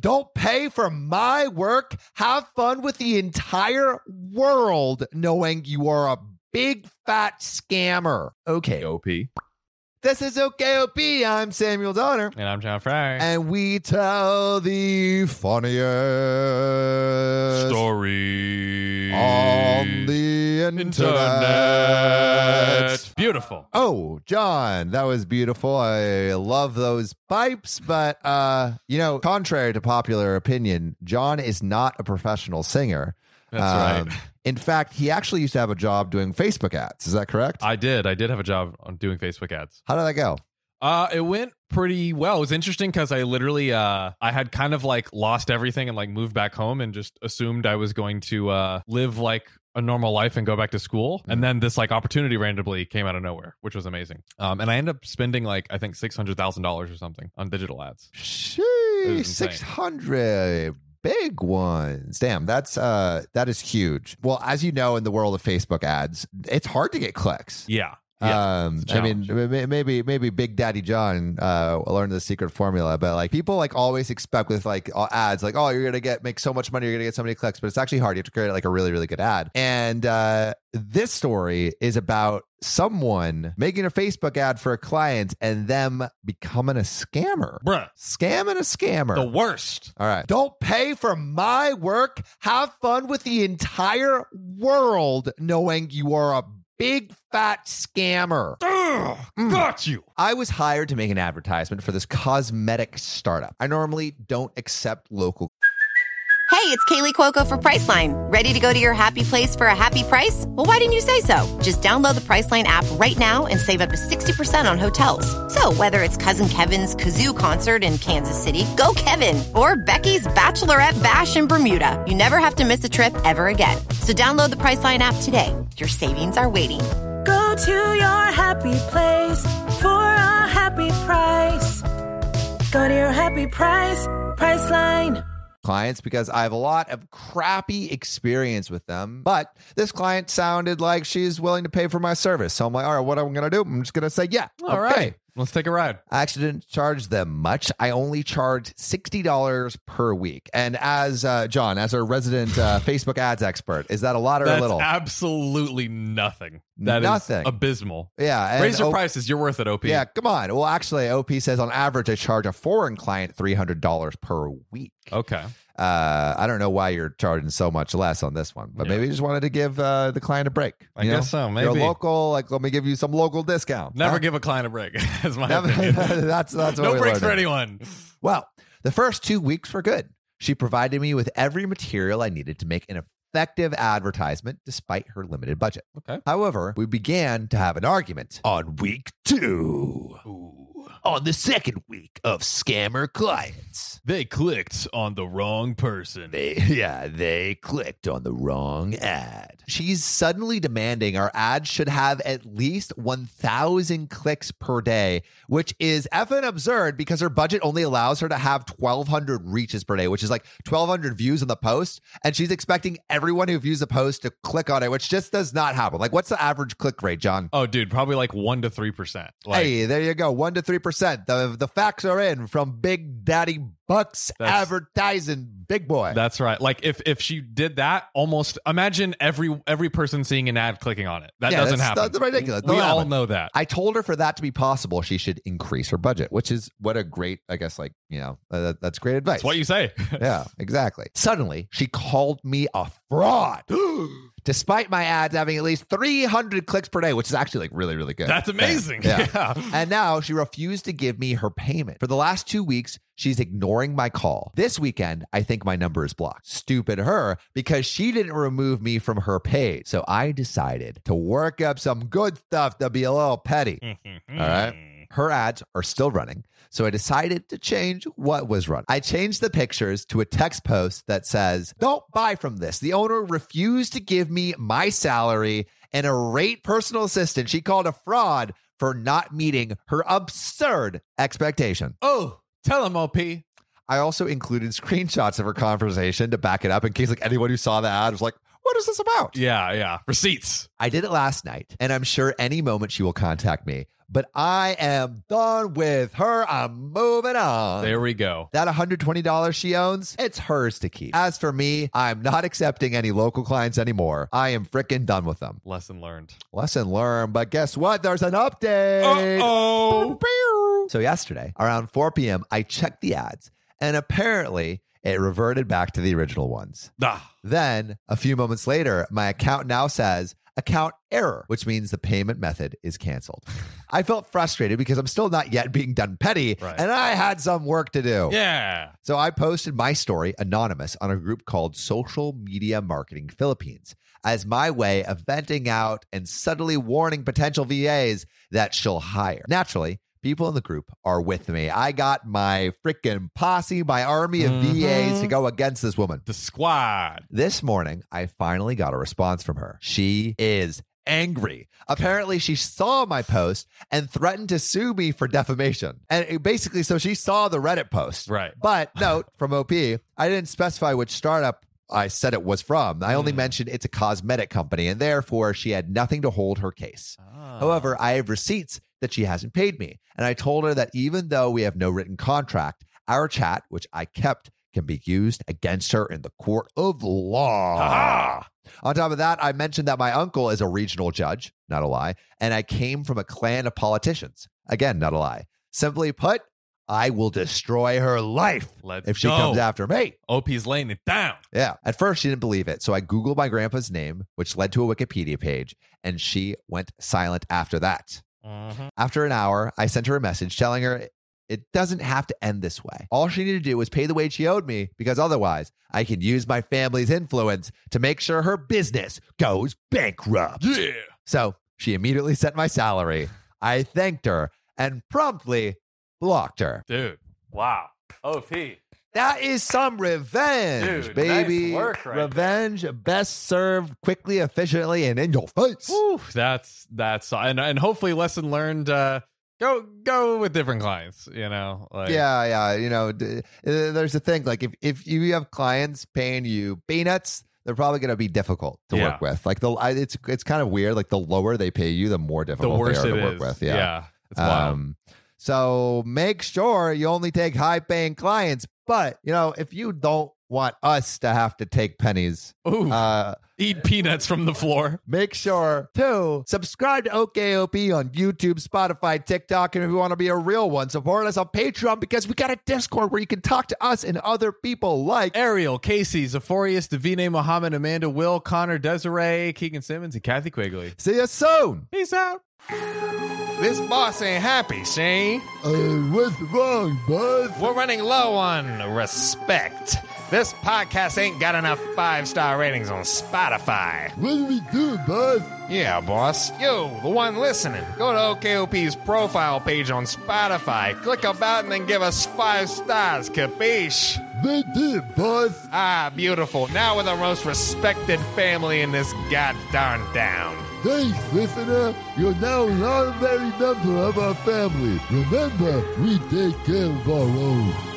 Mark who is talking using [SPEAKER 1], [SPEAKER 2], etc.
[SPEAKER 1] Don't pay for my work. Have fun with the entire world knowing you are a big fat scammer. Okay.
[SPEAKER 2] OP. And
[SPEAKER 1] This is OKOP. I'm Samuel Donner.
[SPEAKER 2] I'm John Fry.
[SPEAKER 1] And we tell the funniest
[SPEAKER 2] Story
[SPEAKER 1] on the internet.
[SPEAKER 2] Beautiful.
[SPEAKER 1] Oh, John, that was beautiful. I love those pipes, but uh, you know, contrary to popular opinion, John is not a professional singer.
[SPEAKER 2] That's
[SPEAKER 1] Um,
[SPEAKER 2] right.
[SPEAKER 1] In fact, he actually used to have a job doing Facebook ads. Is that correct?
[SPEAKER 2] I did. I did have a job on doing Facebook ads.
[SPEAKER 1] How did that go?
[SPEAKER 2] Uh, it went pretty well. It was interesting because I literally, uh, I had kind of like lost everything and like moved back home and just assumed I was going to uh, live like a normal life and go back to school. And then this like opportunity randomly came out of nowhere, which was amazing. Um, and I ended up spending like I think six hundred thousand dollars or something on digital ads.
[SPEAKER 1] Sheesh,
[SPEAKER 2] insane.
[SPEAKER 1] 600 big ones. Damn, that's uh that is huge. Well, as you know in the world of Facebook ads, it's hard to get clicks.
[SPEAKER 2] Yeah.
[SPEAKER 1] um,
[SPEAKER 2] it's a
[SPEAKER 1] I mean, may- maybe maybe Big Daddy John uh, learned the secret formula, but like people like always expect with like all ads, like oh, you're gonna get make so much money, you're gonna get so many clicks, but it's actually hard. You have to create like a really really good ad. And uh, this story is about someone making a Facebook ad for a client and them becoming a scammer,
[SPEAKER 2] Bruh,
[SPEAKER 1] scamming a scammer.
[SPEAKER 2] the worst.
[SPEAKER 1] All right. Don't pay for my work. Have fun with the entire world knowing you are a big fat scammer.
[SPEAKER 2] Ugh,
[SPEAKER 1] Hmm.
[SPEAKER 2] got you.
[SPEAKER 1] I was hired to make an advertisement for this cosmetic startup. I normally don't accept local.
[SPEAKER 3] Hey, it's Kaylee Cuoco for Priceline. Ready to go to your happy place for a happy price? Well, why didn't you say so? Just download the Priceline app right now and save up to 60% on hotels. So, whether it's Cousin Kevin's Kazoo concert in Kansas City, go Kevin, or Becky's Bachelorette Bash in Bermuda, you never have to miss a trip ever again. So, download the Priceline app today. Your savings are waiting.
[SPEAKER 4] Go to your happy place for a happy price. Go to your happy price, Priceline.
[SPEAKER 1] clients because I have a lot of crappy experience with them. But this client sounded like she's willing to pay for my service. So I'm like, all right, what am I going to do? I'm just going to say, yeah.
[SPEAKER 2] All right. Let's take a ride.
[SPEAKER 1] I actually didn't charge them much. I only charged $60 per week. And as uh, John, as our resident uh, Facebook ads expert, is that a lot or
[SPEAKER 2] That's
[SPEAKER 1] a little?
[SPEAKER 2] absolutely nothing. That is
[SPEAKER 1] Nothing.
[SPEAKER 2] abysmal.
[SPEAKER 1] yeah. and
[SPEAKER 2] Raise your
[SPEAKER 1] O-
[SPEAKER 2] prices. You're worth it, OP.
[SPEAKER 1] Yeah, come on. Well, actually, OP says on average, I charge a foreign client $300 per week.
[SPEAKER 2] Okay.
[SPEAKER 1] Uh, I don't know why you're charging so much less on this one, but
[SPEAKER 2] Yeah.
[SPEAKER 1] maybe you just wanted to give uh, the client a break.
[SPEAKER 2] I
[SPEAKER 1] you know?
[SPEAKER 2] guess so. Maybe.
[SPEAKER 1] You're local. Like, let me give you some local discount.
[SPEAKER 2] Never
[SPEAKER 1] Huh?
[SPEAKER 2] give a client a break. Is my
[SPEAKER 1] Never-
[SPEAKER 2] opinion.
[SPEAKER 1] that's that's what
[SPEAKER 2] no
[SPEAKER 1] we
[SPEAKER 2] breaks for
[SPEAKER 1] learned.
[SPEAKER 2] anyone.
[SPEAKER 1] Well, the first two weeks were good. She provided me with every material I needed to make an effective advertisement despite her limited budget.
[SPEAKER 2] Okay.
[SPEAKER 1] However, we began to have an argument on week two. On the second week of scammer clients.
[SPEAKER 2] They clicked on the wrong person.
[SPEAKER 1] They, yeah, they clicked on the wrong ad. She's suddenly demanding our ad should have at least 1,000 clicks per day, which is effing absurd because her budget only allows her to have 1,200 reaches per day, which is like 1,200 views on the post. And she's expecting everyone who views the post to click on it, which just does not happen. Like, what's the average click rate, John?
[SPEAKER 2] oh, dude, probably like one to three percent. Like
[SPEAKER 1] hey, there you go. One to three percent. The the facts are in from Big Daddy Bucks
[SPEAKER 2] That's-
[SPEAKER 1] advertising big boy.
[SPEAKER 2] that's right. Like if if she did that, almost imagine every every person seeing an ad clicking on it. That
[SPEAKER 1] Yeah,
[SPEAKER 2] doesn't
[SPEAKER 1] that's-
[SPEAKER 2] happen.
[SPEAKER 1] that's ridiculous.
[SPEAKER 2] We
[SPEAKER 1] Don't
[SPEAKER 2] all
[SPEAKER 1] happen.
[SPEAKER 2] know that.
[SPEAKER 1] I told her for that to be possible, she should increase her budget, which is what a great, I guess, like, you know, uh, that- that's great advice.
[SPEAKER 2] That's what you say.
[SPEAKER 1] yeah, exactly. Suddenly, she called me a fraud. Despite my ads having at least 300 clicks per day, which is actually like really, really good.
[SPEAKER 2] That's amazing.
[SPEAKER 1] Yeah.
[SPEAKER 2] yeah.
[SPEAKER 1] And now she refused to give me her payment. For the last two weeks, she's ignoring my call. This weekend, I think my number is blocked. Stupid her, because she didn't remove me from her page. So I decided to work up some good stuff to be a little petty.
[SPEAKER 2] Mm.
[SPEAKER 1] All right. Her ads are still running. So I decided to change what was running. I changed the pictures to a text post that says, Don't buy from this. The owner refused to give me my salary and a rate personal assistant she called a fraud for not meeting her absurd expectation.
[SPEAKER 2] Oh, tell him OP.
[SPEAKER 1] I also included screenshots of her conversation to back it up in case like anyone who saw the ad was like, what what is this about?
[SPEAKER 2] Yeah, yeah. Receipts.
[SPEAKER 1] I did it last night, and I'm sure any moment she will contact me, but I am done with her. I'm moving on.
[SPEAKER 2] There we go.
[SPEAKER 1] That $120 she owns, it's hers to keep. As for me, I'm not accepting any local clients anymore. I am frickin' done with them.
[SPEAKER 2] Lesson learned.
[SPEAKER 1] Lesson learned, but guess what? There's an update.
[SPEAKER 2] oh.
[SPEAKER 1] So, yesterday, around 4 p.m., I checked the ads, and apparently it reverted back to the original ones. Then, a few moments later, my account now says account error, which means the payment method is canceled. I felt frustrated because I'm still not yet being done petty,
[SPEAKER 2] Right.
[SPEAKER 1] and I had some work to do.
[SPEAKER 2] Yeah.
[SPEAKER 1] So I posted my story anonymous on a group called Social Media Marketing Philippines as my way of venting out and subtly warning potential VAs that she'll hire. Naturally, people in the group are with me. I got my freaking posse, my army of VAs
[SPEAKER 2] Mm-hmm.
[SPEAKER 1] to go against this woman.
[SPEAKER 2] The squad.
[SPEAKER 1] This morning, I finally got a response from her. She is angry. Apparently, she saw my post and threatened to sue me for defamation. And it- basically, so she saw the Reddit post.
[SPEAKER 2] Right.
[SPEAKER 1] But note from OP, I didn't specify which startup I said it was from. I only mentioned it's a cosmetic company, and therefore, she had nothing to hold her case. However, I have receipts that she hasn't paid me. And I told her that even though we have no written contract, our chat, which I kept, can be used against her in the court of law.
[SPEAKER 2] Ah.
[SPEAKER 1] On top of that, I mentioned that my uncle is a regional judge, not a lie, and I came from a clan of politicians. Again, not a lie. Simply put, I will destroy her life
[SPEAKER 2] Let's
[SPEAKER 1] if she
[SPEAKER 2] go.
[SPEAKER 1] comes after me.
[SPEAKER 2] OP's laying it down.
[SPEAKER 1] Yeah. At first, she didn't believe it. So I Googled my grandpa's name, which led to a Wikipedia page, and she went silent after that. After an hour, I sent her a message telling her it doesn't have to end this way. All she needed to do was pay the wage she owed me because otherwise I can use my family's influence to make sure her business goes bankrupt.
[SPEAKER 2] Yeah.
[SPEAKER 1] So she immediately sent my salary. I thanked her and promptly blocked her.
[SPEAKER 2] Dude. Wow. OP.
[SPEAKER 1] That is some revenge,
[SPEAKER 2] Dude, nice
[SPEAKER 1] baby.
[SPEAKER 2] work right there.
[SPEAKER 1] revenge best served quickly, efficiently, and in your face.
[SPEAKER 2] Whew, that's that's and and hopefully lesson learned. Uh, go go with different clients. You know. Like,
[SPEAKER 1] yeah, yeah. You know, d- uh, there's a thing like if if you have clients paying you peanuts, they're probably going to be difficult to
[SPEAKER 2] Yeah.
[SPEAKER 1] work with. Like the I, it's it's kind of weird. Like the lower they pay you, the more
[SPEAKER 2] The
[SPEAKER 1] difficult
[SPEAKER 2] worse
[SPEAKER 1] they
[SPEAKER 2] it
[SPEAKER 1] are
[SPEAKER 2] is.
[SPEAKER 1] to work with.
[SPEAKER 2] Yeah.
[SPEAKER 1] Yeah.
[SPEAKER 2] It's wild.
[SPEAKER 1] Um, so make sure you only take high paying clients. But you know, if you don't want us to have to take pennies,
[SPEAKER 2] Ooh,
[SPEAKER 1] uh,
[SPEAKER 2] eat peanuts from the floor.
[SPEAKER 1] make sure to subscribe to OKOP on YouTube, Spotify, TikTok, and if you want to be a real one, support us on Patreon because we got a Discord where you can talk to us and other people like
[SPEAKER 2] Ariel, Casey, Zephorius, Davine, Muhammad, Amanda, Will, Connor, Desiree, Keegan Simmons, and Kathy Quigley.
[SPEAKER 1] See you soon.
[SPEAKER 2] Peace out. This boss ain't happy, Shane.
[SPEAKER 1] Uh, what's wrong, bud?
[SPEAKER 2] We're running low on respect. This podcast ain't got enough five star ratings on Spotify.
[SPEAKER 1] What do we do, bud?
[SPEAKER 2] Yeah, boss. Yo, the one listening, go to OKOP's profile page on Spotify, click about, and then give us five stars, capiche?
[SPEAKER 1] They did, bud.
[SPEAKER 2] Ah, beautiful. Now we're the most respected family in this goddamn town.
[SPEAKER 1] Thanks, listener. You're now an honorary member of our family. Remember, we take care of our own.